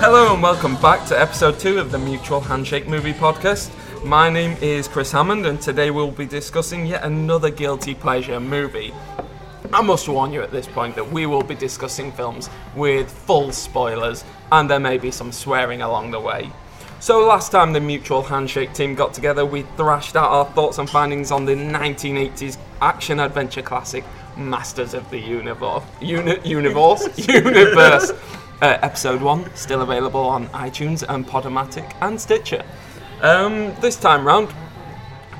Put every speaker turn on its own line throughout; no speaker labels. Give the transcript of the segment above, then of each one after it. Hello and welcome back to episode two of the Mutual Handshake Movie Podcast. My name is Chris Hammond, and today we'll be discussing yet another guilty pleasure movie. I must warn you at this point that we will be discussing films with full spoilers, and there may be some swearing along the way. So, last time the Mutual Handshake team got together, we thrashed out our thoughts and findings on the 1980s action adventure classic Masters of the Universe. Uni- universe? universe. Uh, episode 1, still available on iTunes and Podomatic and Stitcher. Um, this time round,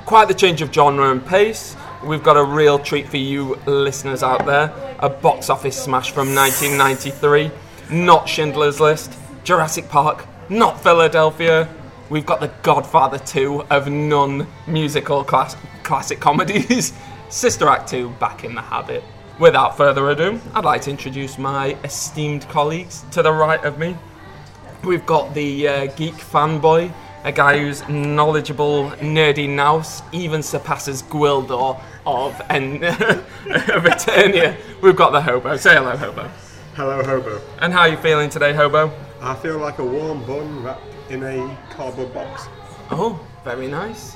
quite the change of genre and pace. We've got a real treat for you listeners out there. A box office smash from 1993, not Schindler's List, Jurassic Park, not Philadelphia. We've got The Godfather 2 of non musical class- classic comedies, Sister Act 2 back in the habit. Without further ado, I'd like to introduce my esteemed colleagues to the right of me. We've got the uh, geek fanboy, a guy who's knowledgeable, nerdy nous, even surpasses Gwildor of and of Eternia. We've got the hobo. Say hello, hobo.
Hello, hobo.
And how are you feeling today, hobo?
I feel like a warm bun wrapped in a cardboard box.
Oh, very nice.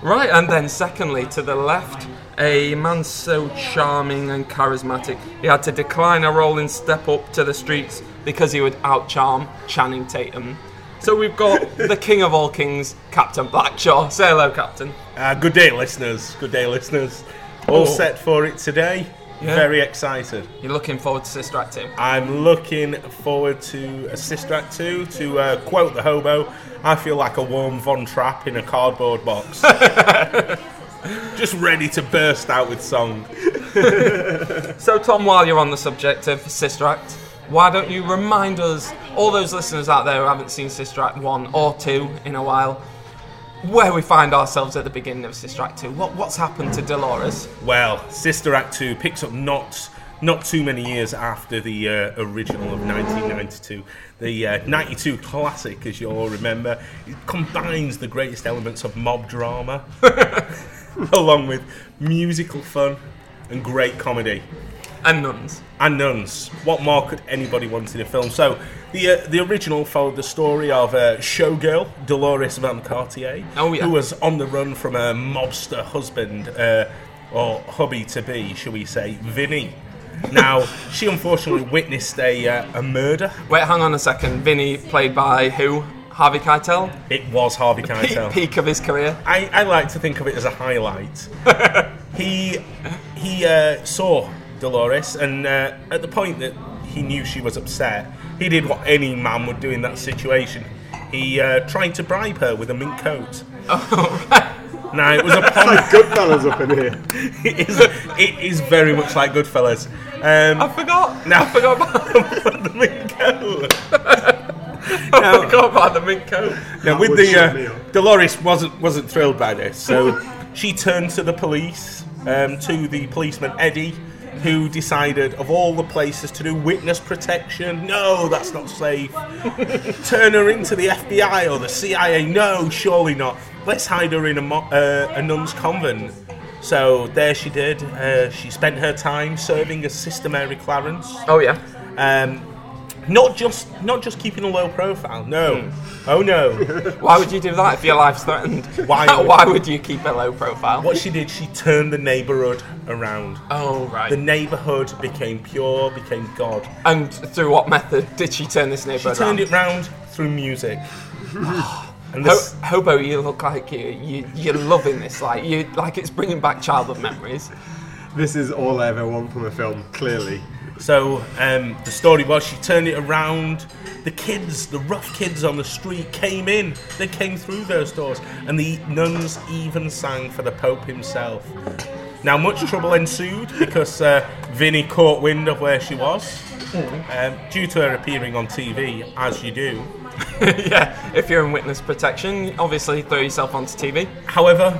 Right, and then secondly, to the left, a man so charming and charismatic, he had to decline a role in Step Up to the Streets because he would outcharm Channing Tatum. So we've got the king of all kings, Captain Blackshaw. Say hello, Captain.
Uh, good day, listeners. Good day, listeners. All
Oh.
set for it today.
Yeah.
Very excited.
You're looking forward to Sister Act 2.
I'm looking forward to a Sister Act 2. To uh, quote the hobo, I feel like a warm Von Trapp in a cardboard box. Just ready to burst out with song.
So, Tom, while you're on the subject of Sister Act, why don't you remind us, all those listeners out there who haven't seen Sister Act 1 or 2 in a while, where we find ourselves at the beginning of Sister Act 2? What, what's happened to Dolores?
Well, Sister Act 2 picks up not not too many years after the uh, original of 1992. The uh, 92 classic, as you'll all remember, it combines the greatest elements of mob drama along with musical fun and great comedy
And nuns.
and nuns. What more could anybody want in a film? So, the uh, the original followed the story of uh, showgirl Dolores Van Cartier,
Oh, yeah.
who was on the run from her mobster husband uh, or hubby to be, shall we say, Vinny. Now, she unfortunately witnessed a uh, a murder.
Wait, hang on a second. Vinny, played by who? Harvey Keitel?
It was Harvey Keitel.
Peak, peak of his career.
I, I like to think of it as a highlight. he he uh, saw Dolores, and uh, at the point that he knew she was upset, he did what any man would do in that situation. He uh, tried to bribe her with a mink coat. now it was upon
Like good fellas up in here.
it is, it is very much like Goodfellas. Um,
I forgot.
No.
I forgot about,
the mink coat.
I forgot about the mink coat.
Now, with
would
the
shut me
uh,
up.
Dolores wasn't wasn't thrilled by this, so she turned to the police, um, to the policeman Eddie, who decided of all the places to do witness protection. No, that's not safe. Turn her into the FBI or the CIA. No, surely not. Let's hide her in a, mo- uh, a nun's convent. So there she did. Uh, she spent her time serving as Sister Mary Clarence
Oh, yeah.
um, not just not just keeping a low profile. No,
Hmm.
oh no.
Why would you do that if your life's threatened?
Why would-
Why would you keep a low profile?
what she did, she turned the neighborhood around.
Oh, right.
The neighborhood became pure, became God.
And through what method did she turn this
She
neighbourhood
turned
around?
it round through music. and
Ho-
this,
Hobo, you look like you, you you're loving this, like you like it's bringing back childhood memories.
This is all I ever want from a film, clearly.
so um, the story was she turned it around. The kids, the rough kids on the street, came in. They came through those doors, and the nuns even sang for the Pope himself. Now, much trouble ensued because uh, Vinny caught wind of where she was. Um, due to her appearing on TV, as you do.
yeah, if you're in witness protection, obviously throw yourself onto TV.
However,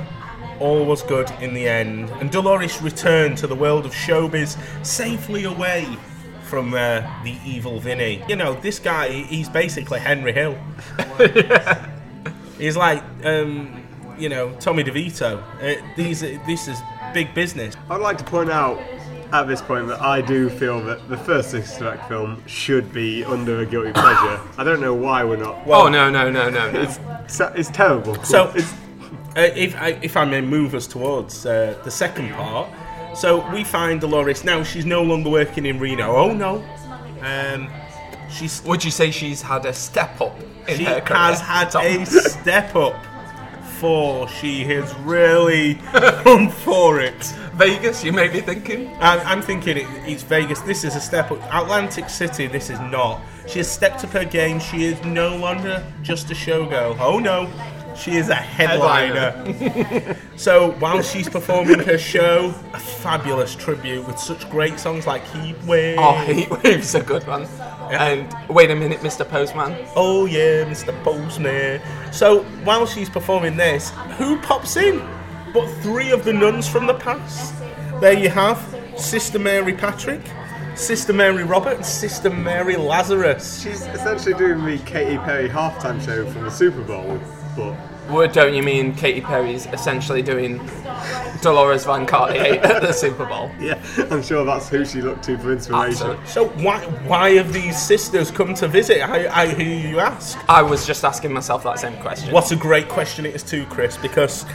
all was good in the end, and Dolores returned to the world of showbiz safely away from uh, the evil Vinny. You know, this guy, he's basically Henry Hill. He's like, um, you know, Tommy DeVito. Uh, these, this is big business.
I'd like to point out at this point that I do feel that the first Sister Act film should be under a guilty pleasure. I don't know why we're not.
oh no no no no no.
It's so- it's terrible.
So,
it's
uh, if I, if I may move us towards uh, the second part, so we find Dolores now. She's no longer working in Reno. Oh no, um, she's
Would you say she's had a step up in
she
her career?
has had
Tom?
a step up. For she has really come for it.
Vegas, you may be thinking.
I'm, I'm thinking it, it's Vegas. This is a step up. Atlantic City. This is not. She has stepped up her game. She is no longer just a showgirl. Oh no, she is a
Headliner.
headliner. So while she's performing her show, a fabulous tribute with such great songs like Heat Wave.
Oh, Heatwave's a good one. And wait a minute, Mr. Postman.
Oh, yeah, Mr. Postman. So while she's performing this, who pops in? But three of the nuns from the past. There you have Sister Mary Patrick, Sister Mary Robert, and Sister Mary Lazarus.
she's essentially doing the Katy Perry halftime show from the Super Bowl, but
What don't you mean Katy Perry's essentially doing Dolores Van Cartier at the Super Bowl?
yeah, I'm sure that's who she looked to for inspiration.
Absolutely.
So why why have these sisters come to visit? I, I hear you ask.
I was just asking myself that same question.
What a great question it is too, Chris, because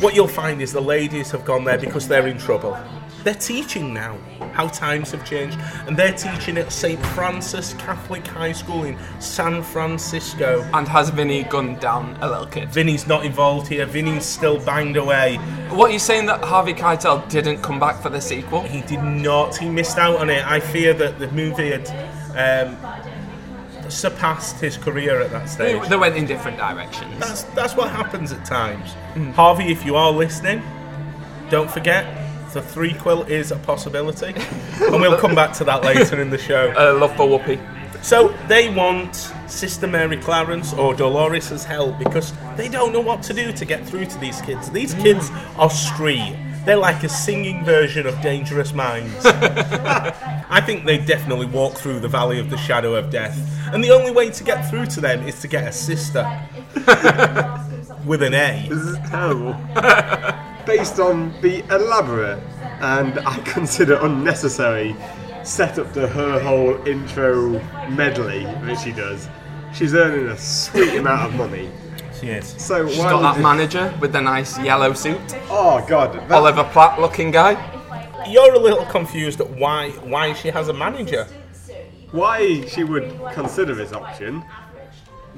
what you'll find is the ladies have gone there because they're in trouble. They're teaching now how times have changed, and they're teaching at St. Francis Catholic High School in San Francisco.
And has Vinny gunned down a little kid?
Vinny's not involved here, Vinny's still banged away.
What are you saying that Harvey Keitel didn't come back for the sequel?
He did not, he missed out on it. I fear that the movie had um, surpassed his career at that
They
stage.
they went in different directions.
That's that's what happens at times. Harvey, if you are listening, don't forget the three quill is a possibility, and we'll come back to that later in the show.
Uh, love for Whoopi.
So they want Sister Mary Clarence or Dolores' help because they don't know what to do to get through to these kids. These kids are street. They're like a singing version of Dangerous Minds. I think they definitely walk through the valley of the shadow of death. And the only way to get through to them is to get a sister with an A.
This is terrible. Based on the elaborate and I consider unnecessary setup to her whole intro medley that she does, she's earning a sweet amount of money.
Yes.
So
She's
why
got
would
that
you-
manager with the nice yellow suit,
Oh god, that-
Oliver Platt looking guy.
You're a little confused at why why she has a manager.
why she would consider this option?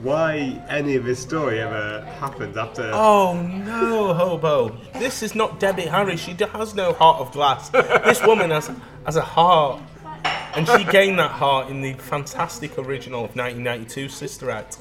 Why any of this story ever happened after?
Oh no, hobo! This is not Debbie Harry. She d- has no heart of glass. This woman has has a heart, and she gained that heart in the fantastic original of 1992 Sister Act.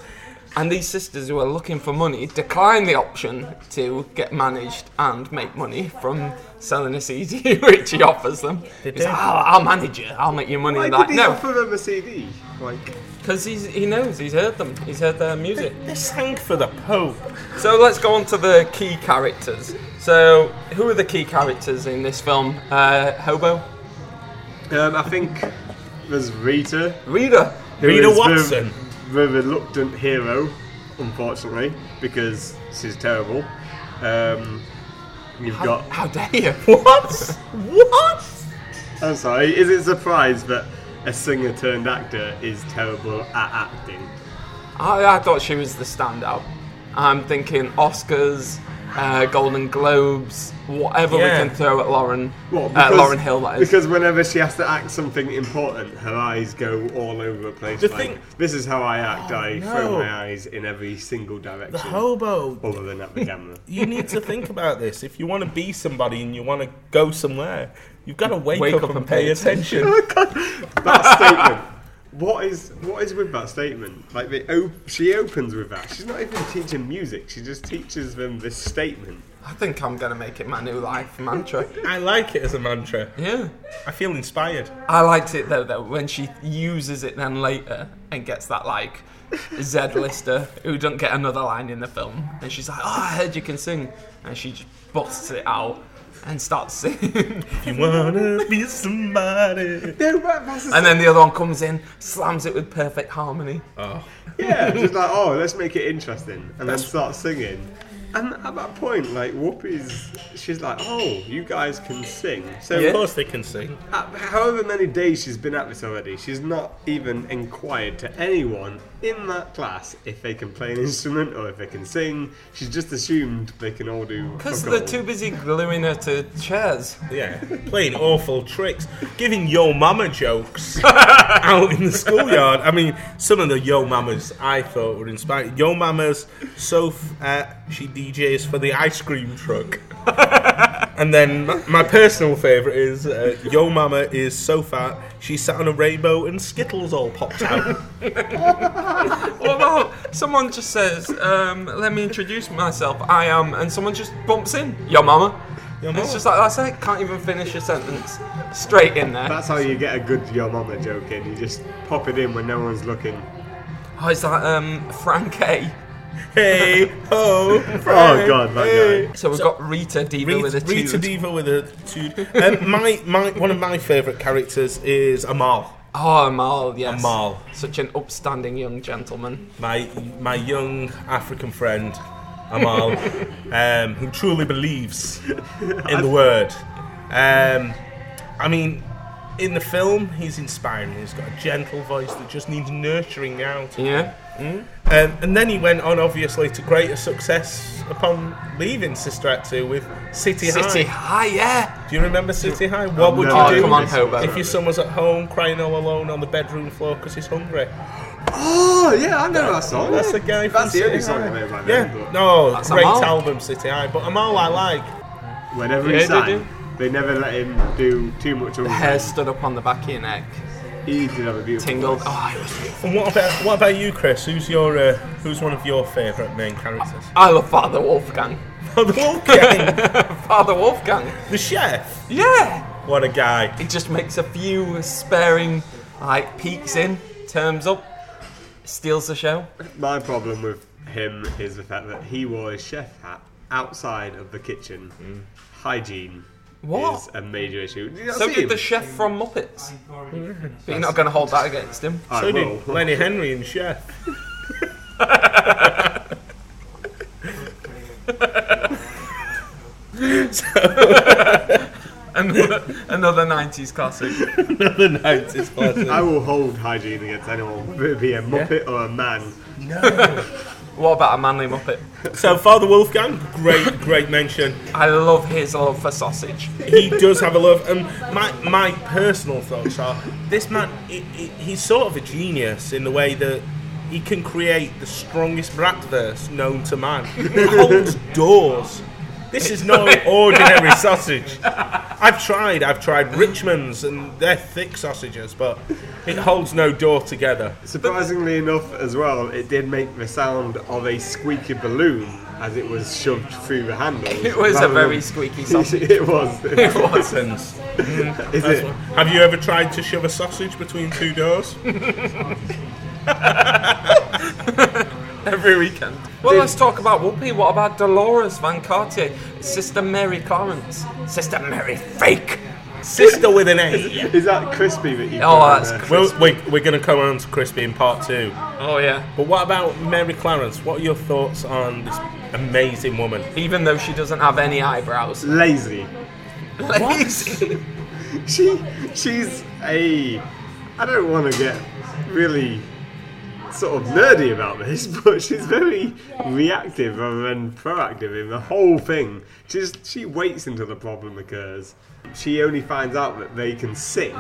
And these sisters who are looking for money decline the option to get managed and make money from selling a CD which he offers them.
They
He's
do.
like, "Oh, I'll manage you, I'll make you money.
why
like,
did he
no,
offer them a CD? Like,
because he knows, he's heard them, he's heard their music.
They sang for the Pope.
So let's go on to the key characters. So, who are the key characters in this film? Uh, Hobo?
um, I think there's Rita.
Rita.
who
Rita
is the-
Watson.
The, reluctant hero, unfortunately, because she's terrible. Um, you've got.
How dare you?
What? What?
I'm sorry. Is it a surprise that a singer turned actor is terrible at acting?
I, I thought she was the standout. I'm thinking Oscars, uh, Golden Globes, whatever
Yeah.
we can throw at Lauren.
What,
uh, Lauren Hill, that is.
Because whenever she has to act something important, her eyes go all over the place.
The
like,
thing- Oh,
this is how I act. I
no.
throw my eyes in every single direction,
The hobo.
other than at the camera.
You need to think about this. If you want to be somebody and you want to go somewhere, you've got to wake, up, and pay attention.
that statement. What is what is with that statement? Like they op- she opens with that. She's not even teaching music. She just teaches them this statement.
I think I'm going to make it my new life mantra.
I like it as a mantra.
Yeah.
I feel inspired.
I liked it though, though when she uses it then later and gets that like Z-lister who doesn't get another line in the film, and she's like, "Oh, I heard you can sing," and she just busts it out and starts singing.
You wanna be somebody.
No, but that's the
and then the other one comes in, slams it with perfect harmony.
Oh.
yeah. She's like, oh, let's make it interesting, and then start singing. And at that point, like Whoopi's, she's like, "Oh, you guys can sing." So,
Of
Yeah.
course they can sing.
at however many days she's been at this already, she's not even inquired to anyone in that class if they can play an instrument or if they can sing. She's just assumed they can all do.
Because
fuck
they're
all.
too busy gluing her to chairs.
Yeah, playing awful tricks, giving yo mama jokes out in the schoolyard. I mean, some of the yo mamas I thought were inspiring. Yo mamas, Soph, uh, she DJs for the ice cream truck. and then my, my personal favourite is uh, yo mama is so fat she sat on a rainbow and Skittles all popped out.
Although someone just says, um, "Let me introduce myself. I am," and someone just bumps in, "Your mama."
Your
It's
mama.
just like that's it. Can't even finish a sentence. Straight in there.
That's how you get a good yo mama joke in. You just pop it in when no one's looking.
Oh, is that um, Frank A?
hey ho!
Oh god, that guy.
So we've got Rita Diva with a
Rita, Rita
tude.
Diva with a tude. Um, my, my, one of my favourite characters is Amal.
Oh, Amal, yes.
Amal.
Such an upstanding young gentleman.
my my young African friend Amal, um, who truly believes in the word. Um, I mean, in the film, he's inspiring. He's got a gentle voice that just needs nurturing out.
Yeah.
Um, and then he went on, obviously, to greater success upon leaving Sistratu with City,
City
High.
High, yeah.
Do you remember City High? What would
No,
Oh,
you do
come on,
this-
Hobo.
if your son was at home crying all alone on the bedroom floor because he's hungry?
Oh yeah, I know that song.
That's the guy.
That's
from
the only
City
song I
High.
know by
Yeah,
them. but
no,
That's
great
Amal.
album, City High. But Amal, I like.
Whenever
Yeah,
he
they
sang,
do.
they, never let him do too much. other
Hair
than-
stood up on the back of your neck,
He did have a beautiful
tingled.
voice.
Oh, it was-
And what about what about you, Chris? Who's your uh, who's one of your favourite main characters?
I love Father Wolfgang.
Oh, the Wolfgang,
Father Wolfgang.
the chef.
Yeah.
What a guy!
He just makes a few sparing like peeks in, turns up, steals the show.
My problem with him is the fact that he wore his chef hat outside of the kitchen.
Mm.
Hygiene
What?
is a major issue. Did you not
So
see
did
him?
the chef from Muppets. But you're not going to hold that against him.
I
So
will.
did Lenny Henry and Chef.
Another, another 90s classic.
the nineties
I
classic.
will hold hygiene against anyone, whether it be a muppet or a man.
What about a manly Muppet?
So Father Wolfgang, great great mention.
I love his love for sausage.
He does have a love, and my my personal thoughts are this man. He, he, he's sort of a genius in the way that. He can create the strongest brat verse known to man. It holds doors. This is no ordinary sausage. I've tried. I've tried Richmond's, and they're thick sausages, but it holds no door together.
Surprisingly enough, as well, it did make the sound of a squeaky balloon as it was shoved through the handle.
It was a very squeaky sausage.
it was. It was.
Sense.
Is it?
Have you ever tried to shove a sausage between two doors?
Every weekend. Well, let's talk about Whoopi. What about Dolores Van Cartier? Sister Mary Clarence? Sister Mary Fake?
Sister with an A.
Is that crispy that
Oh,
you? put on
that's
there?
cr-
Well, we, we're going to come on to crispy in part two.
Oh, yeah.
But what about Mary Clarence? What are your thoughts on this amazing woman?
Even though she doesn't have any eyebrows.
lazy.
Lazy.
She, she's a. I don't want to get really sort of nerdy about this, but she's very reactive rather than proactive in the whole thing. She just she waits until the problem occurs. She only finds out that they can sing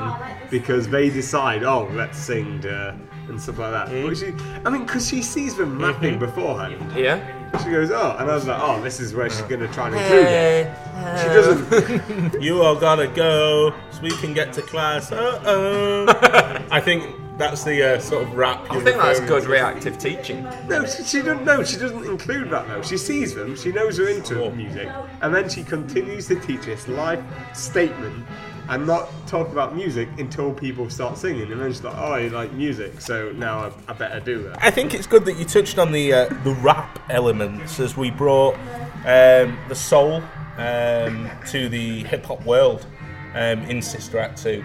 because they decide, oh, let's sing to and stuff like that. But she, I mean, because she sees them rapping beforehand,
Yeah. Uh,
she goes, oh, and I was like, oh, this is where she's going to try and include it. She doesn't.
You all gotta go so we can get to class. Uh oh. I think that's the uh, sort of rap.
I think that's good reactive teaching.
No, she, she doesn't. No, she doesn't include that though. She sees them. She knows they're into music, and then she continues to teach this live statement and not talk about music until people start singing. And then she's like, "Oh, I like music, so now I, I better do that."
I think it's good that you touched on the uh, the rap elements as we brought um, the soul um, to the hip hop world um, in Sister Act Two,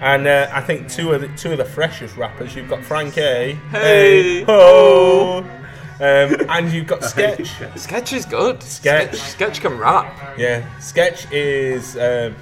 and uh, I think two of the, two of the freshest rappers you've got Frank A.
Hey,
ho, Um, and you've got Sketch.
Sketch is good.
Sketch.
Sketch can rap.
Yeah, Sketch is. Um,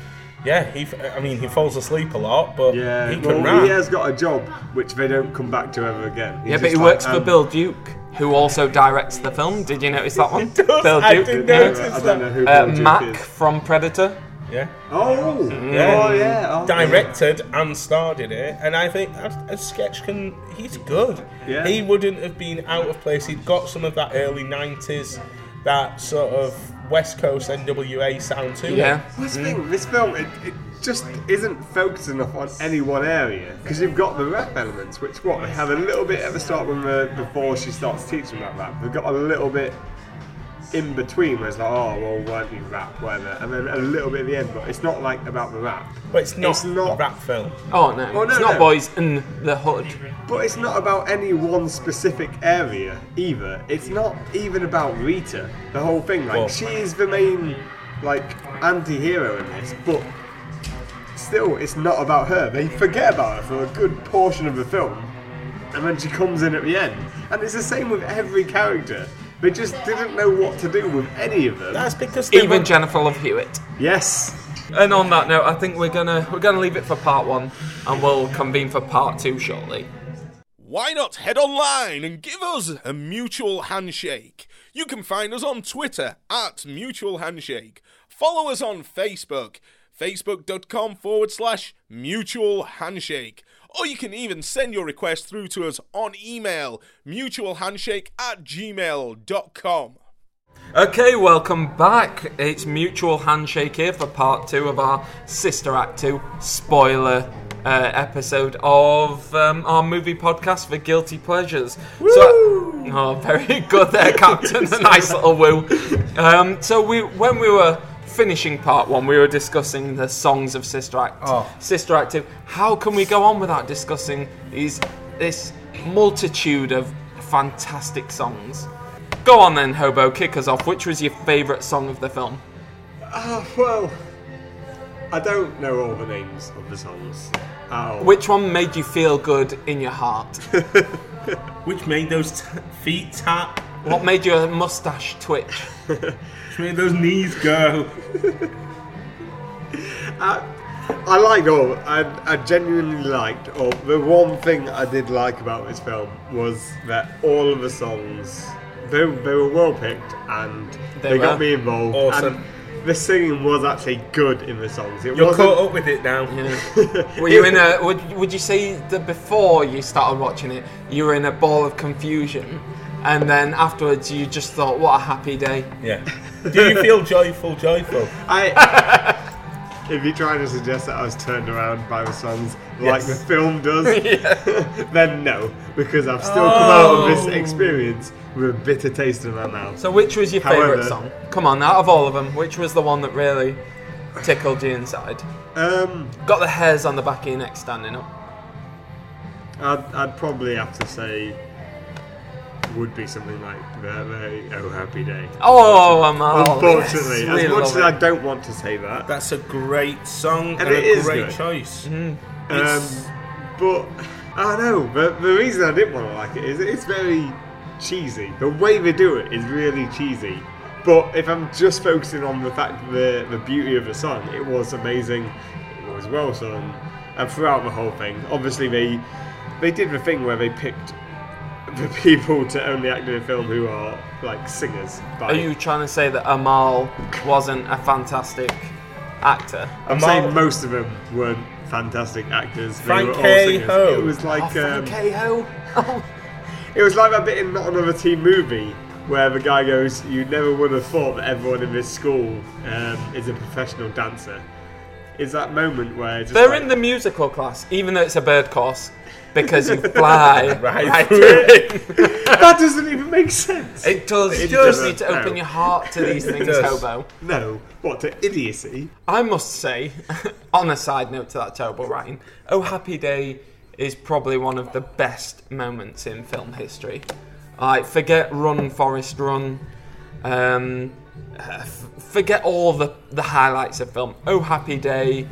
yeah, he. f- I mean, he falls asleep a lot, but
Yeah,
he
well,
can rap.
he has got a job which they don't come back to ever again. He's
Yeah, but
just
he
like,
works for
um,
Bill Duke, who also directs the film. Did you notice that one? Bill
I did
I
notice.
no.
don't know- I don't know who
Uh,
Bill Duke
Mac
is.
from Predator.
Yeah.
Oh,
Yeah.
oh yeah, oh,
Directed and starred in it, and I think a, a sketch can. He's good.
Yeah.
He wouldn't have been out of place. He'd got some of that early 90s, that sort of West Coast NWA sound to him.
Yeah.
Well, This thing, this film, it, it just isn't focused enough on any one area because you've got the rap elements, which what they have a little bit at the start when the, before she starts teaching about rap. They've got a little bit in between where it's like, oh well, why don't you rap, whatever, and then a little bit at the end, but it's not like about the rap.
But it's not,
It's not-
a rap film.
Oh no,
Oh, no,
it's not
no.
Boys in the Hood.
But it's not about any one specific area either. It's not even about Rita. The whole thing, like
Well-
she is the main like anti-hero in this, but still, it's not about her. They forget about her for a good portion of the film, and then she comes in at the end. And it's the same with every character. They just didn't know what to do with any of them.
That's because they
Even
were-
Jennifer Love Hewitt.
yes.
And on that note, I think we're gonna we're gonna leave it for part one, and we'll convene for part two shortly.
Why not head online and give us a mutual handshake? You can find us on Twitter at Mutual Handshake. Follow us on Facebook, facebook.com forward slash Mutual Handshake. Or you can even send your request through to us on email, mutualhandshake at gmail.com.
Okay, welcome back. It's Mutual Handshake here for part two of our Sister Act 2 spoiler uh, episode of um, our movie podcast for Guilty Pleasures. So, oh, very good there, Captain. a nice little woo. Um, so, we when we were finishing part one, we were discussing the songs of Sister Act, Sister Act 2. How can we go on without discussing these this multitude of fantastic songs? Go on then, Hobo, kick us off. Which was your favourite song of the film?
Ah, well, I don't know all the names of the songs. Oh.
Which one made you feel good in your heart?
Which made those t- feet tap,
what made your mustache twitch?
which made those knees go.
I liked all. I, I genuinely liked all. The one thing I did like about this film was that all of the songs they, they were well picked and
They
they, got
were.
me involved. and
Awesome.
the singing was actually good in the songs. It
You're
wasn't.
caught up with it now.
Were you in a? Would, would you say that before you started watching it, you were in a ball of confusion, and then afterwards you just thought, "What a happy day."
yeah. Do you feel joyful, joyful?
I, if you're trying to suggest that I was turned around by the songs like
Yes.
the film does, then no, because I've still come out of this experience with a bitter taste in my mouth.
So, which was your
However-
favourite song? Come on, out of all of them, which was the one that really tickled you inside?
Um,
Got the hairs on the back of your neck standing up.
I'd, I'd probably have to say would be something like that very oh happy day.
Oh, I'm out.
Unfortunately,
Yes, we
as much
love
as
it.
I don't want to say that,
That's a great song and,
it
a
is
great
good.
choice.
Mm-hmm.
um, but I know. But the reason I didn't want to like it is it's very cheesy. The way they do it is really cheesy. But if I'm just focusing on the fact the the beauty of the song, it was amazing. It was well sung, and throughout the whole thing, obviously they they did the thing where they picked the people to only act in a film who are like singers. By
Are you trying to say that Amal wasn't a fantastic actor?
I'm
Amal-
saying most of them weren't fantastic actors. They
Frank
were all
K.
singers.
Ho.
It was
Oh,
like um,
KO. Oh.
it was like that bit in Not Another Teen Movie where the guy goes, "You never would have thought that everyone in this school um, is a professional dancer." Is that moment where it's just
They're
like-
in the musical class, even though it's a bird course, because you fly
Right
through
through
it.
that doesn't even make sense.
It does.
It
you just
doesn't,
need to open
no.
your heart to these things,
does.
Hobo.
no, what to idiocy?
I must say, on a side note to that terrible writing, Oh Happy Day is probably one of the best moments in film history. I forget Run Forest Run, um, uh, f- forget all the, the highlights of film. Oh Happy Day,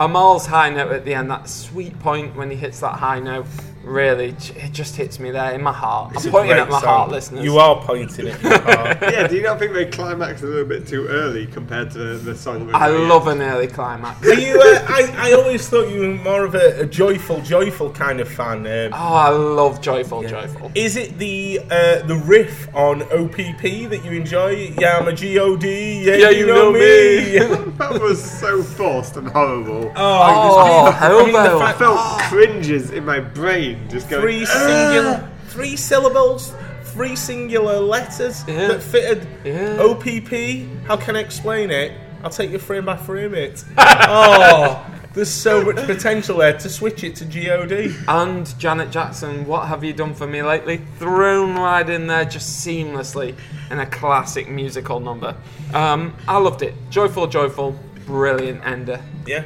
Amal's high note at the end, that sweet point when he hits that high note, Really, j- it just hits me there in my heart.
It's
I'm
a
pointing
great
at my
song.
heart, listeners.
You are pointing at your heart.
Yeah, do you not think they climaxed a little bit too early compared to the, the song?
I love an early climax.
Are you, uh, I, I always thought you were more of a, a joyful, joyful kind of fan. Um,
Oh, I love joyful, joyful.
Is it the uh, the riff on OPP that you enjoy? Yeah, I'm a God. Yeah,
Yeah,
you,
you know
know, me.
That was so forced and horrible.
Oh,
I mean, the
Hobo.
I
fact-
felt cringes in my brain just going. "Ah."
three
Uh.
singular, three syllables, three singular letters
Yeah.
that fitted
Yeah.
OPP. How can I explain it? I'll take you frame by frame it. oh, there's so much potential there to switch it to God.
And Janet Jackson, what have you done for me lately? Thrown right in there just seamlessly in a classic musical number. Um, I loved it. Joyful, joyful, brilliant ender.
Yeah.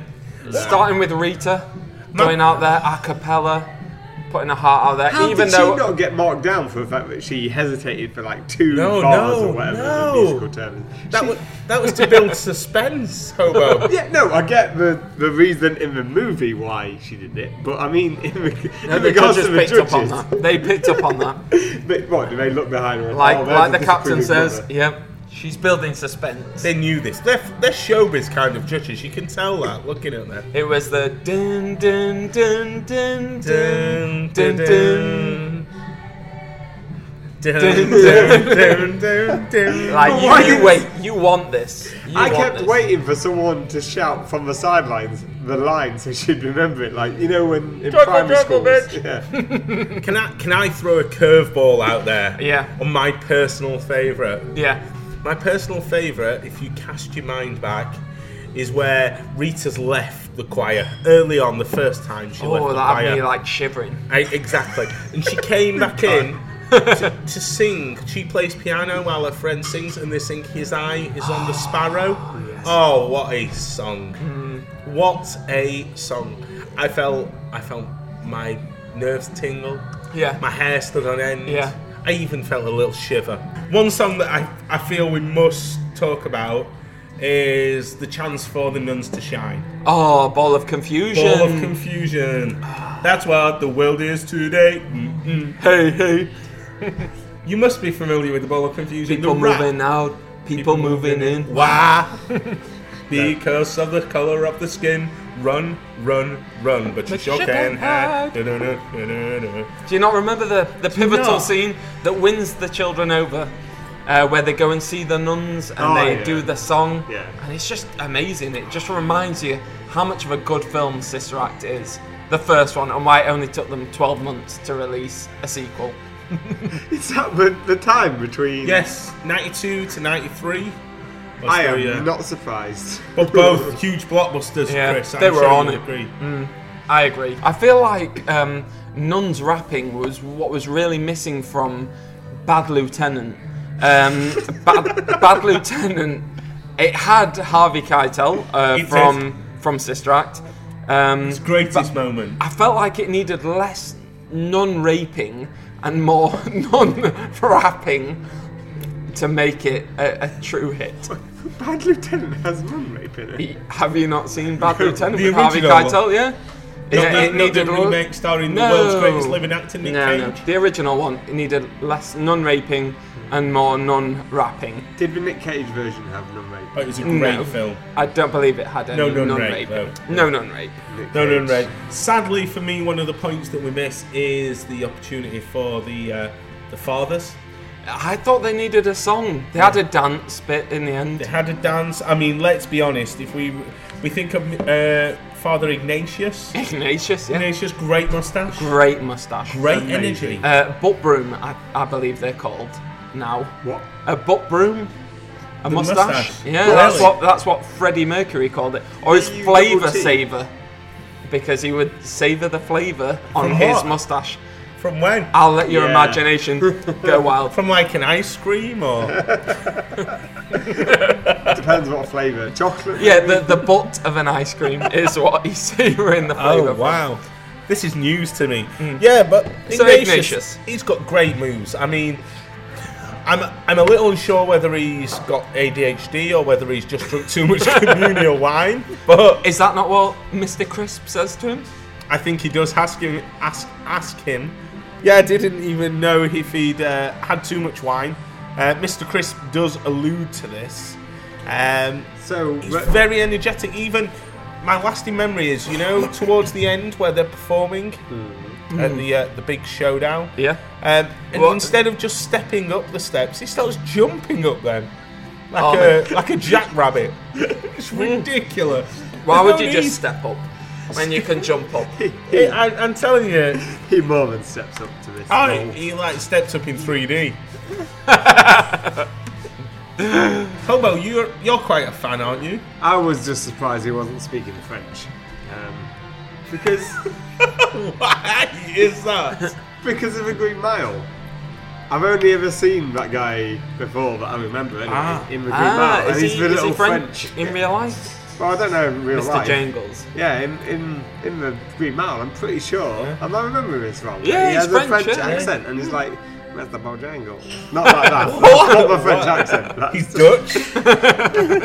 Starting with Rita, going out there a cappella, putting a heart out there.
How
even
did
though
she not get marked down for the fact that she hesitated for like two
No,
bars
no,
or whatever
no.
the musical term is?
That
She-
was that was to build suspense, hobo.
Yeah, no, I get the, the reason in the movie why she did it, but I mean, in, reg- in
the
regards to
judges
the
picked
judges,
up on that. They picked up on that.
but what do they look behind her? and,
Like,
"Oh, there's
like
a
the captain
disapproving
says,
brother."
yep, she's building suspense.
They knew this. They're, they're showbiz kind of judges. You can tell that looking at them.
It was the dun dun dun dun dun dun dun. dun, Like
why
you, you
did-
wait, you want this. You
I
want
kept
this.
waiting for someone to shout from the sidelines the line so she'd remember it, like you know when in primary
jungle,
school.
bitch.
Yeah.
Can I can I throw a curveball out there?
Yeah.
On my personal favourite.
Yeah.
My personal favourite, if you cast your mind back, is where Rita's left the choir early on the first time she left
Oh,
the
that
choir.
had me like shivering.
I, exactly. And she came back in to, to sing. She plays piano while her friend sings, and they sing His Eye is on the Sparrow. Oh, what a song.
Hmm.
What a song. I felt, I felt my nerves tingle.
Yeah.
My hair stood on end.
Yeah.
I even felt a little shiver. One song that I, I feel we must talk about is The Chance for the Nuns to Shine.
Oh, ball of confusion.
Ball of confusion. That's what the world is today. Mm-mm.
hey, hey.
You must be familiar with the ball of confusion.
People
the rap.
moving out. People, moving in.
Why? because of the color of the skin. Run, run, run, but you
But
sure
you
can
can't
hide.
hide.
Da-da-da-da-da-da.
Do you not remember the, the pivotal
not?
scene that wins the children over? Uh, where they go and see the nuns and
Oh,
they
yeah.
do the song.
Yeah.
And it's just amazing. It just reminds you how much of a good film Sister Act is. The first one, and why it only took them 12 months to release a sequel.
It's that the, the time between.
Yes, 92 to
I
93.
am
Australia.
not surprised.
But both huge blockbusters,
Yeah,
Chris. I'm
they were
sure
on
you
it. Mm.
Agree.
I agree. I feel like um, Nuns rapping was what was really missing from Bad Lieutenant. Um, Bad, Bad Lieutenant. It had Harvey Keitel uh,
It
from from Sister Act. Um,
Greatest moment.
I felt like it needed less nun raping and more nun rapping to make it a, a true hit.
Bad Lieutenant has mum rape in it.
Have you not seen Bad Lieutenant
the
with Harvey
original one.
Keitel? Yeah.
Not the- not the
a-
remake starring the world's greatest living actor, Nick
no,
Cage.
No. The original one it needed less non raping and more non rapping.
Did the Nick Cage version have mum rape?
But it was a great
No.
film.
I don't believe it had any
No non-rape,
non rape.
though.
No non rape.
Nick
No, no,
Cage.
no. Sadly for me, one of the points that we miss is the opportunity for the uh, the fathers.
I thought they needed a song. They had a dance bit in the
They
end.
had a dance. I mean, let's be honest. If we we think of uh, Father Ignatius,
Ignatius, yeah.
Ignatius, great mustache,
Great mustache.
great
Amazing.
energy.
Uh, butt broom, I, I believe they're called now.
What?
A butt broom? A mustache?
mustache.
Yeah,
Really?
that's what that's what Freddie Mercury called it. Or his
You
flavour
double T.
saver. Because he would savour the flavour on
From
his
what?
mustache.
From when?
I'll let your
Yeah.
imagination go wild.
From like an ice cream or
Depends what flavour. Chocolate.
yeah, the, the butt of an ice cream is what he's savouring the flavour.
oh
from.
wow. This is news to me. Yeah, but
Hmm. So
Ignatius,
Ignatius.
he's got great moves. I mean, I'm I'm a little unsure whether he's got ADHD or whether he's just drunk too much communal wine. But
Is that not what Mr. Crisp says to him?
I think he does ask him. Ask ask him. Yeah, I didn't even know if he'd uh, had too much wine. Uh, Mr. Crisp does allude to this. Um,
So,
he's
re-
very energetic. Even my lasting memory is, you know, towards the end where they're performing at the uh, the big showdown.
Mm-hmm. Yeah.
Um, and
Well-
instead of just stepping up the steps, he starts jumping up them like
Oh,
a like a jackrabbit. it's ridiculous.
Why
There's
would
no
you
need-
just step up when you can jump up?
It- I, I'm telling you,
he more than steps up to this.
oh,
role.
he like steps up in 3D. Hobo, you're you're quite a fan, aren't you?
I was just surprised he wasn't speaking French. Um, because
Why is that?
because of the Green Mile. I've only ever seen that guy before that I remember anyway,
Ah.
in the Green
Ah,
Mile.
is
And he's
he,
the
is
little
he French,
French.
in real life?
Well, I don't know in real
Mr.
life.
Jangles.
Yeah, in, in in the Green Mile, I'm pretty sure. Am I remembering this wrong?
Yeah,
he
he's
has a
French,
French
yeah.
accent, and he's like, "Where's the Bojangle?" Not like that. That's not the French accent. That's
He's Dutch.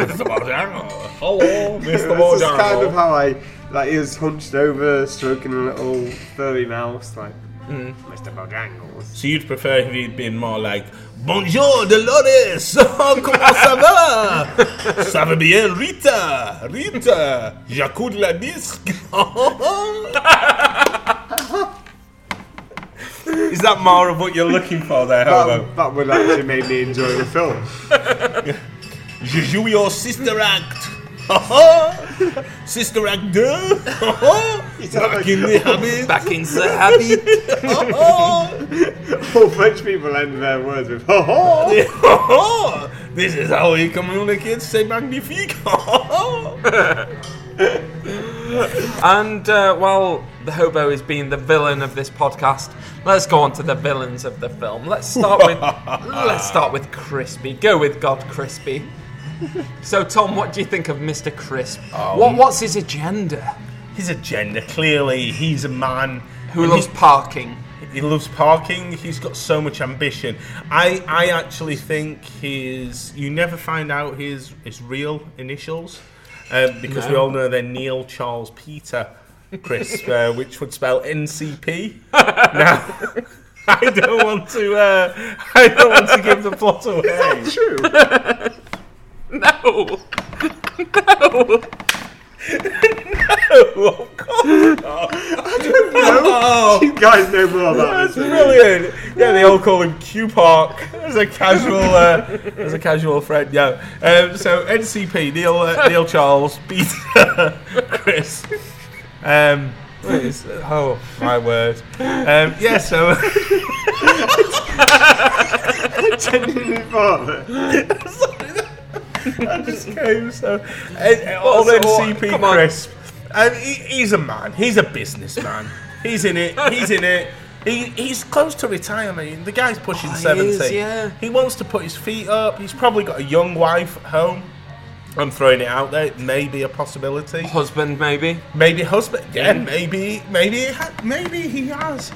Mr. Mordango. Hello, Mr.
That's just kind of
Mordango.
how I like he was hunched over, stroking a little furry mouse, like
Hmm.
Mr. Bojangles.
So you'd prefer if he'd been more like Bonjour Dolores, Oh, comment ça va? ça va bien Rita, Rita, j'accoude la disque. Is that more of what you're looking for there, Hobo?
That, that would actually make me enjoy the film.
Je joue your sister act. sister act 2. Back in the habit.
Back in the habit.
All French people end their words with "ho ho."
this is how he communicates, c'est magnifique.
And uh, while the hobo is being the villain of this podcast, let's go on to the villains of the film. Let's start with let's start with Crispy. Go with God, Crispy. So Tom, what do you think of Mr. Crisp? what what's his agenda?
His agenda, clearly, he's a man
Who
and
loves
he's-
parking?
He loves parking. He's got so much ambition. I, I actually think his. You never find out his his real initials um, because we
No.
all know they're Neil Charles Peter Crisp, uh, which would spell NCP. now, I don't want to. Uh, I don't want to give the plot away.
True.
No.
of course.
No, you guys know more about
That's
this.
brilliant. Yeah, they all call him Q Park as a casual, uh, as a casual friend. Yeah. Um, so NCP Neil uh, Neil Charles Peter Chris. Um, it's- oh my word. Um, yeah. So
Genuinely thought that-
I just came. So uh, all
so what?
NCP
Come on.
Chris. And he, he's a man. He's a businessman. He's in it. He's in it. He, he's close to retirement. The guy's pushing
Oh, he
70.
is, yeah.
He wants to put his feet up. He's probably got a young wife at home. I'm throwing it out there. It may be a possibility.
Husband, maybe.
Maybe husband. Yeah,
Mm.
maybe, maybe, it ha- maybe he has.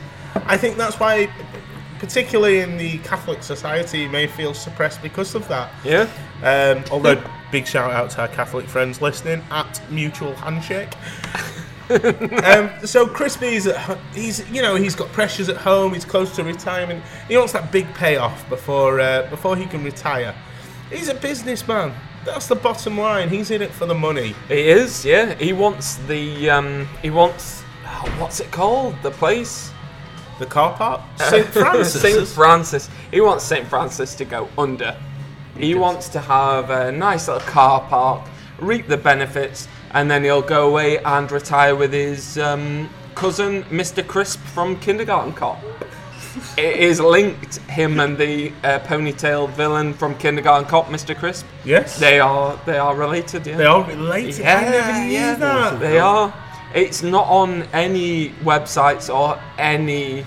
I think that's why, particularly in the Catholic society, he may feel suppressed because of that.
Yeah.
Um, although, big shout out to our Catholic friends listening at Mutual Handshake. um, so Crispy's at, ho- he's you know he's got pressures at home. He's close to retirement. He wants that big payoff before uh, before he can retire. He's a businessman. That's the bottom line. He's in it for the money.
He is. Yeah. He wants the um. He wants oh, what's it called? The place.
The car park, St. Francis.
St. Francis. He wants St. Francis to go under. He wants to have a nice little car park, reap the benefits, and then he'll go away and retire with his um, cousin, Mr. Crisp from Kindergarten Cop. it is linked, him and the uh, ponytail villain from Kindergarten Cop, Mr. Crisp.
yes, they,
They are they are related, yeah.
are related. I never knew that.
They are. It's not on any websites or any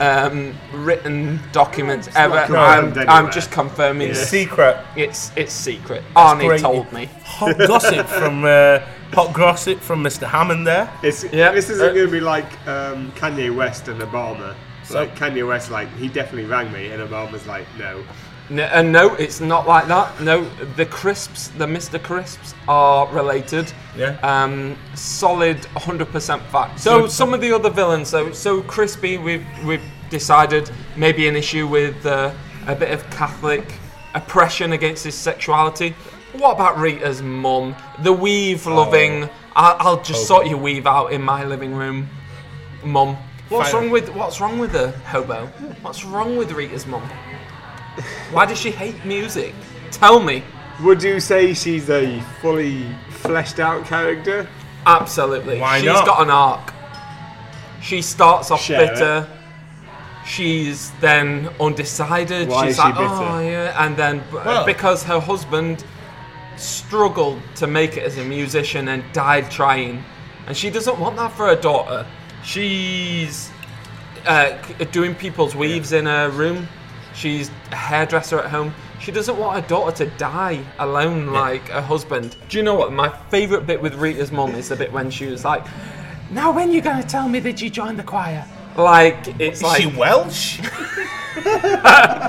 um, written documents ever.
confirmed
I'm, I'm
anywhere.
just confirming
Yeah.
Secret
it's it's secret. Arnie
great.
told me.
hot gossip from uh, hot gossip from Mr. Hammond there.
It's,
Yeah.
This
Uh,
isn't going to be like um, Kanye West and Obama.
So-
Like Kanye West, like he definitely rang me, and Obama's like, no.
N- and no, it's not like that. No, the crisps, the Mr. Crisps, are related.
Yeah.
Um, solid, 100% fact. So
Solid.
some of the other villains, so so crispy. We've we've decided maybe an issue with uh, a bit of Catholic oppression against his sexuality. What about Rita's mum? The weave loving. I'll, I'll just sort your weave out in my living room, mum. What's
Fine.
wrong with what's wrong with her, hobo? What's wrong with Rita's mum? Why does she hate music? Tell me.
Would you say she's a fully fleshed out character?
Absolutely.
Why
She's
not?
got an arc. She starts off
Share
bitter. She's then undecided.
Why
She's
is she
like,
bitter?
oh yeah, and then b-
Well-
because her husband struggled to make it as a musician and died trying, and she doesn't want that for her daughter. She's uh, c- doing people's weaves in her room. She's a hairdresser at home. She doesn't want her daughter to die alone like her husband. Do you know what? My favourite bit with Rita's mum is the bit when she was like, Now when you going to tell me that you joined the choir? Like, it's
Is
like.
she Welsh?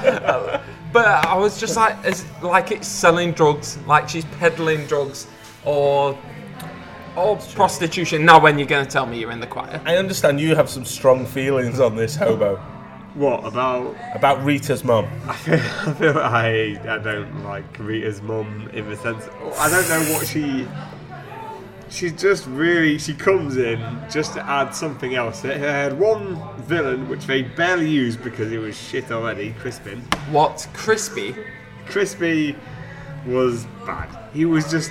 But I was just like, is, like it's selling drugs, like she's peddling drugs or. or prostitution. Now when you going to tell me you're in the choir?
I understand you have some strong feelings on this hobo
What about?
about Rita's mum.
I feel I I don't like Rita's mum in the sense I don't know what she. She just really she comes in just to add something else. They had one villain which they barely used because it was shit already. Crispin.
What? Crispy?
Crispy was bad. He was just.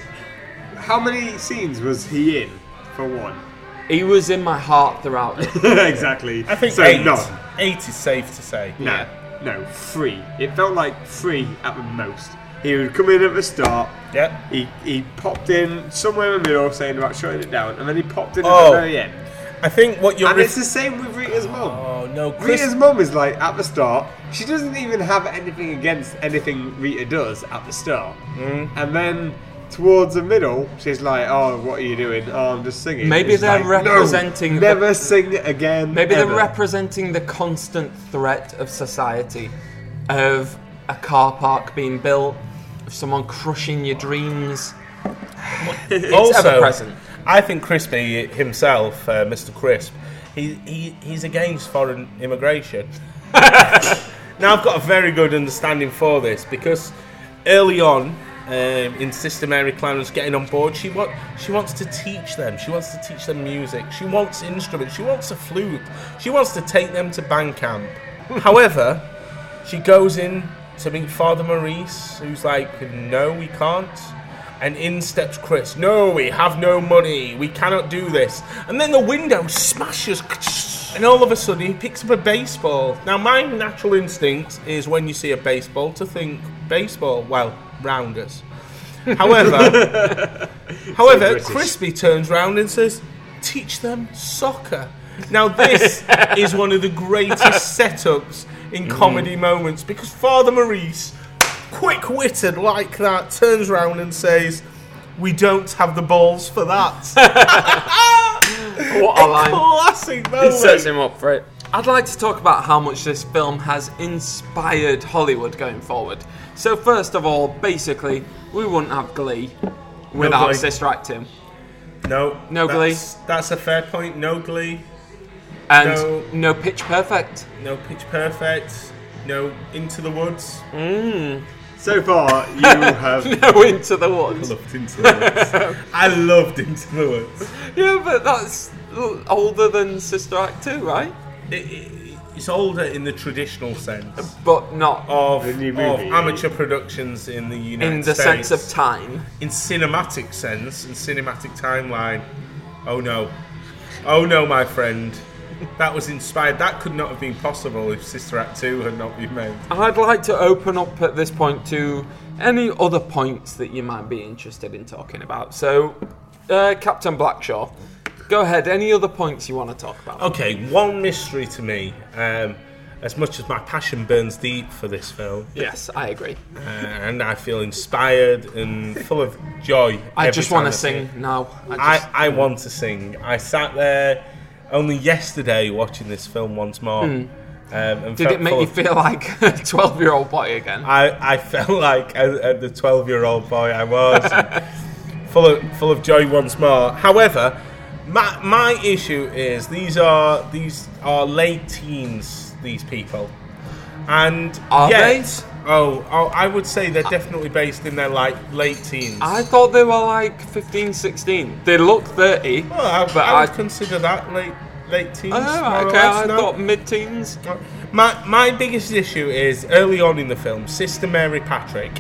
How many scenes was he in? For one.
He was in my heart throughout it.
exactly.
I think
so.
eight.
None.
Eight is safe to say.
No, no, free. It felt like free at the most. He would come in at the start.
Yeah.
He, he popped in somewhere in the middle saying about shutting it down, and then he popped in
Oh.
at the very end.
I think what you're.
And
ref-
it's the same with Rita's mum.
oh no, Chris.
Rita's mum is like at the start. She doesn't even have anything against anything Rita does at the start,
Mm.
and then towards the middle, she's like, "Oh, what are you doing? Oh, I'm just singing."
Maybe
It's
they're
like, "No,
representing the-
never sing again.
Maybe
ever."
they're representing the constant threat of society, of a car park being built, of someone crushing your dreams.
also,
ever-present.
I think Crispy himself, uh, Mr. Crisp, he, he he's against foreign immigration. now I've got a very good understanding for this because early on. Um, in Sister Mary Clarence getting on board, she wa- she wants to teach them. She wants to teach them music. She wants instruments. She wants a flute. She wants to take them to band camp. However, she goes in to meet Father Maurice, who's like, No, we can't. And in steps Chris, No, we have no money. We cannot do this. And then the window smashes. And all of a sudden, he picks up a baseball. Now, my natural instinct is when you see a baseball to think baseball, well, rounders. However, however,
British.
Crispy turns round and says, "Teach them soccer." Now this is one of the greatest setups in comedy moments because Father Maurice, quick-witted like that, turns round and says, "We don't have the balls for that."
What a line!
Classic moment.
him up for it. I'd like to talk about how much this film has inspired Hollywood going forward. So first of all, basically, we wouldn't have Glee without
Glee.
Sister Act Tim.
No,
No
that's- That's a fair point. No glee.
And
No.
no Pitch Perfect.
No pitch perfect. No into the woods.
So far, you have
No Into the Woods.
loved into the woods. I loved into the woods.
Yeah, but that's l- older than Sister Act 2, right?
It, it, it's older in the traditional sense
But not
of,
The new
of
movie.
amateur productions in the United
in the
States.
sense of time.
in cinematic sense, in cinematic timeline. Oh no, oh no, my friend. That was inspired. That could not have been possible if Sister Act Two had not been made.
I'd like to open up at this point to any other points that you might be interested in talking about. So, uh, Captain Blackshaw, go ahead. Any other points you want to talk about?
Okay, one mystery to me. Um, as much as my passion burns deep for this film,
Yes, I agree.
uh, and I feel inspired and full of joy.
I
every
just
time
want
I
to
see it.
sing now. I just,
I, I want to sing. I sat there only yesterday watching this film once more. Um, and
Hmm. Did
fe-
it make
full
you
of-
feel like a 12 year old boy again?
I, I felt like a, a, the 12 year old boy I was, and full of full of joy once more. However, my, my issue is these are these are late teens. These people, and
Are
yet, Oh, oh, I would say they're definitely based in their like late teens.
I thought they were like 15, 16. They look 30.
well, I,
but
I would
I-
consider that late late teens.
Oh,
more or
okay,
less,
I
no?
thought mid teens.
My my biggest issue is early on in the film, Sister Mary Patrick.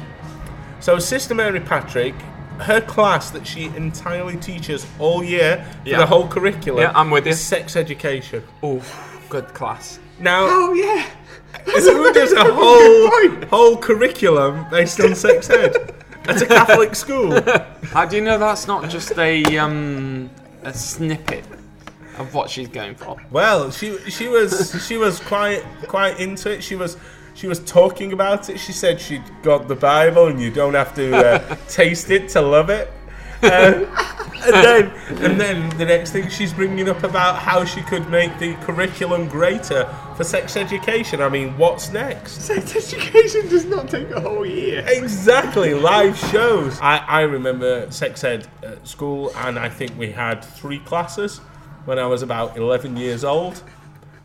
So Sister Mary Patrick, her class that she entirely teaches all year for
Yeah.
the whole curriculum.
Yeah, I'm with you.
Is sex education.
Oh, good class.
Now,
Oh yeah.
who does a whole whole curriculum based on sex ed? At a Catholic school.
How do you know that's not just a um a snippet of what she's going for?
Well, she she was she was quite quite into it. She was she was talking about it. She said she got the Bible and you don't have to uh, taste it to love it. Uh, and then and then the next thing she's bringing up about how she could make the curriculum greater for sex education. I mean, what's next?
Sex education does not take a whole year.
Exactly, live shows. I, I remember sex ed at school, and I think we had three classes when I was about 11 years old.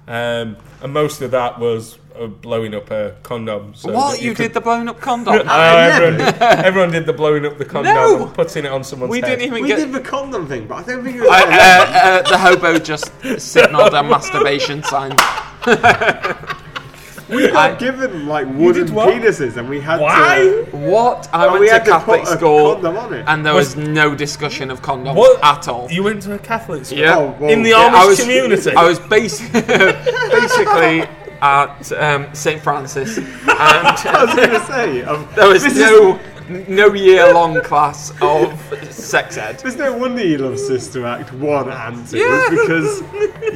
Um, and most of that was uh, blowing up a condom. So
what
that
you, did
could-
the blown up condom?
Oh, everyone, did, everyone did the blowing up the condom
No!
and putting it on someone's
we
head.
didn't even
We
get.
did the condom thing, but I don't think it
Uh,
was.
uh, uh, the hobo just signalled a masturbation sign.
We
I-
got given like wooden
did what?
penises, and we had
Why?
to.
What? I went
we
to
had to
Catholic
put a
school
condom on it.
and there
Was-
was no discussion of condoms
What?
at all.
You went to a Catholic school?
Yeah.
Oh, well,
In the
yeah,
Amish
I was,
community?
I was basi- basically at um, St Francis,
I
and
was going to say, um,
there was
this is-
no no year long class of sex ed.
There's no wonder you love Sister Act 1 and 2
Yeah.
because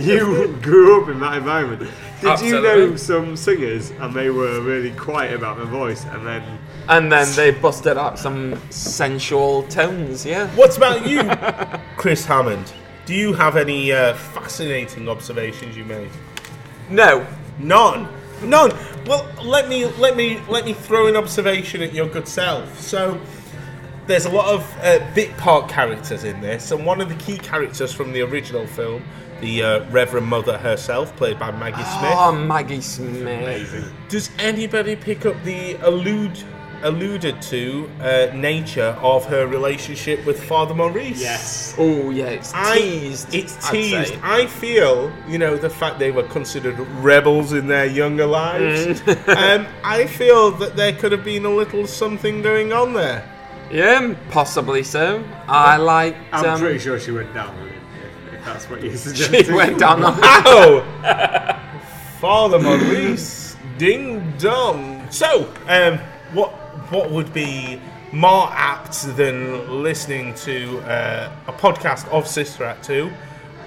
you grew up in that environment. Did you know
Absolutely.
some singers and they were really quiet about their voice and then.
And then they busted out some sensual tones. Yeah.
What about you, Chris Hammond? Do you have any uh, fascinating observations you made?
No.
None. None. Well, let me let me let me throw an observation at your good self. So, there's a lot of uh, bit part characters in this, and one of the key characters from the original film, the uh, Reverend Mother herself, played by Maggie
Oh, Maggie Smith.
Amazing.
Smith. Does anybody pick up the allude alluded to uh, nature of her relationship with Father Maurice?
Yes.
Oh yeah, it's
I-
teased.
It's
I'd
teased.
say.
I feel, you know, the fact they were considered rebels in their younger lives.
Mm.
um, I feel that there could have been a little something going on there.
Yeah, possibly so. I like.
I'm
Um,
pretty sure she went down with it, if- if that's what you're suggesting.
she went down on.
Ow! Father Maurice, ding dong. So, um, what what would be more apt than listening to uh, a podcast of Sister Act 2,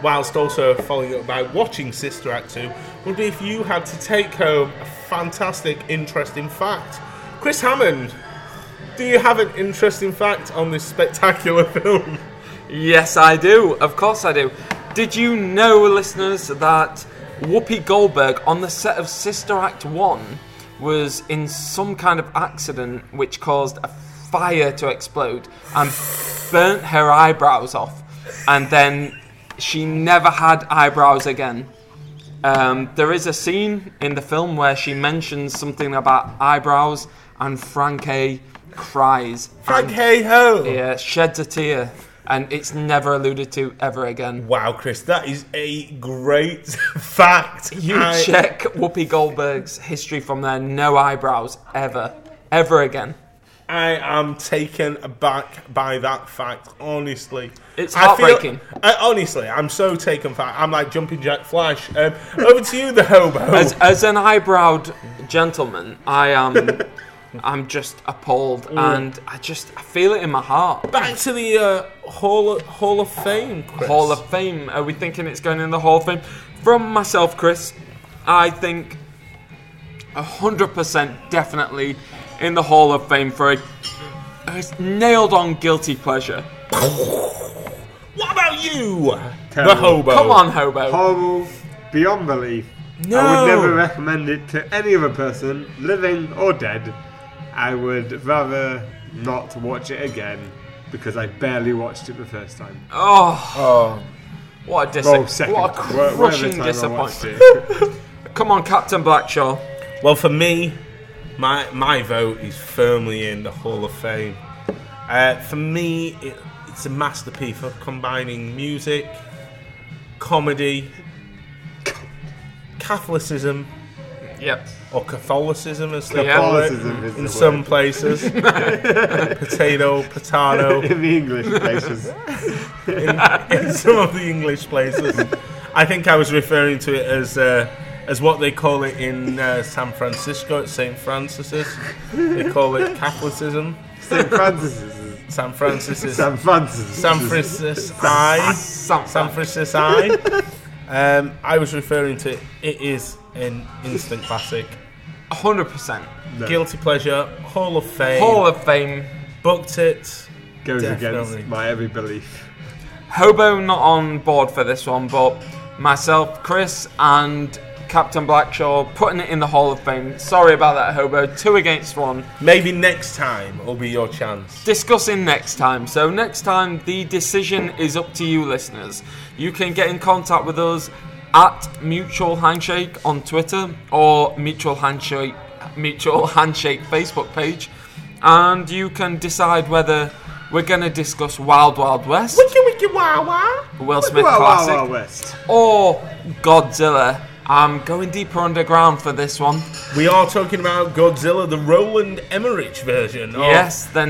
whilst also following it up by watching Sister Act 2, would be if you had to take home a fantastic, interesting fact. Chris Hammond, do you have an interesting fact on this spectacular film?
Yes, I do. Of course, I do. Did you know, listeners, that Whoopi Goldberg on the set of Sister Act 1 was in some kind of accident which caused a fire to explode and burnt her eyebrows off? And then she never had eyebrows again. Um, there is a scene in the film where she mentions something about eyebrows, and Frankie cries.
Frank
and-
Hey Ho!
yeah, sheds a tear, and it's never alluded to ever again.
Wow, Chris, that is a great fact.
You
I-
check Whoopi Goldberg's history from there, no eyebrows ever, ever again.
I am taken aback by that fact, honestly.
It's
I feel-
heartbreaking.
I- honestly, I'm so taken by I'm like jumping jack flash. Um, over to you, the hobo.
As, as an eyebrowed gentleman, I am, I'm just appalled, and I just I feel it in my heart.
Back to the uh, Hall, of, Hall of Fame, Chris.
Hall of Fame. Are we thinking it's going in the Hall of Fame? From myself, Chris, I think 100% definitely in the Hall of Fame for a, a nailed on guilty pleasure.
What about you,
Terrible.
the hobo?
Oh.
Come on, Hobo.
Horrible, beyond belief, I
No.
would never recommend it to any other person, living or dead. I would rather not watch it again because I barely watched it the first time.
Oh,
Oh,
what a dis-
Well, second.
what a
wh- whatever
crushing
time I watched
disappointment.
it.
Come on, Captain Blackshaw.
Well, for me, my my vote is firmly in the Hall of Fame. Uh, for me, it, it's a masterpiece of combining music, comedy, Catholicism
Yep.
or Catholicism, as they call it
Catholicism is
in
the
some
word.
places. potato, potato.
in the English places.
in, in some of the English places. I think I was referring to it as uh, as what they call it in uh, San Francisco at St. Francis's. They call it Catholicism.
St. Francis's.
San Francis's.
San Francis's.
San Francis I.
San-
San Francis I. Um, I was referring to it. It is an instant classic.
100%.
No,
Guilty pleasure, Hall of Fame.
Hall of Fame.
booked it.
goes
Definitely.
against my every belief.
Hobo not on board for this one, but myself, Chris, and Captain Blackshaw putting it in the Hall of Fame. Sorry about that, Hobo. Two against one.
Maybe next time will be your chance.
discussing next time. So next time, the decision is up to you, listeners. You can get in contact with us at Mutual Handshake on Twitter or Mutual Handshake Mutual Handshake Facebook page, and you can decide whether we're going to discuss Wild Wild West,
Wiki wiki wah wah.
Will Smith
Wow, wow,
classic,
wow, West.
or Godzilla. I'm going deeper underground for this one.
We are talking about Godzilla, the Roland Emmerich version. Of
Yes, the 90s.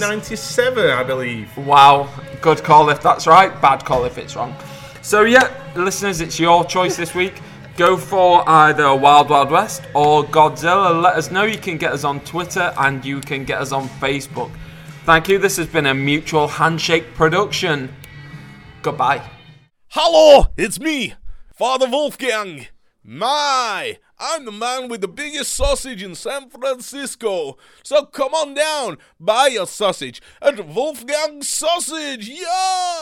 1997, I believe.
Wow, good call if that's right, bad call if it's wrong. So, yeah, listeners, it's your choice this week. Go for either Wild Wild West or Godzilla. Let us know. You can get us on Twitter and you can get us on Facebook. Thank you. This has been a mutual handshake production. Goodbye.
Hello, it's me, Father Wolfgang. My, I'm the man with the biggest sausage in San Francisco. So come on down, buy your sausage at Wolfgang Sausage. Yeah!